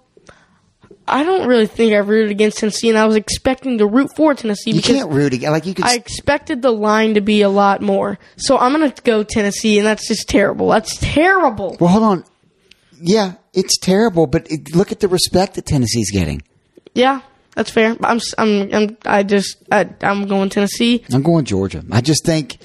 Speaker 2: I don't really think I rooted against Tennessee, and I was expecting to root for Tennessee
Speaker 1: You
Speaker 2: because
Speaker 1: can't root again. Like you could.
Speaker 2: I expected the line to be a lot more. So I'm going to go Tennessee, and that's just terrible. That's terrible.
Speaker 1: well, hold on. Yeah, it's terrible, but it, look at the respect that Tennessee's getting.
Speaker 2: Yeah, that's fair. But I'm, s- I'm, I'm, I just, I, I'm going Tennessee.
Speaker 1: I'm going Georgia. I just think,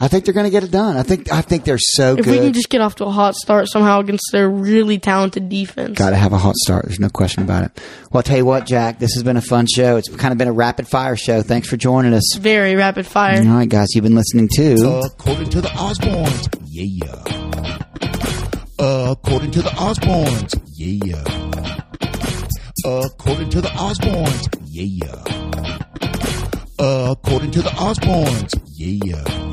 Speaker 1: I think they're going to get it done. I think, I think they're so
Speaker 2: If
Speaker 1: good.
Speaker 2: we can just get off to a hot start somehow against their really talented defense.
Speaker 1: Got to have a hot start. There's no question about it. Well, I'll tell you what, Jack, this has been a fun show. It's kind of been a rapid fire show. Thanks for joining us.
Speaker 2: Very rapid fire.
Speaker 1: All right, guys, you've been listening to.
Speaker 3: According to the Osbournes, yeah. According to the Osbournes, yeah. According to the Osbournes, yeah. According to the Osbournes, yeah.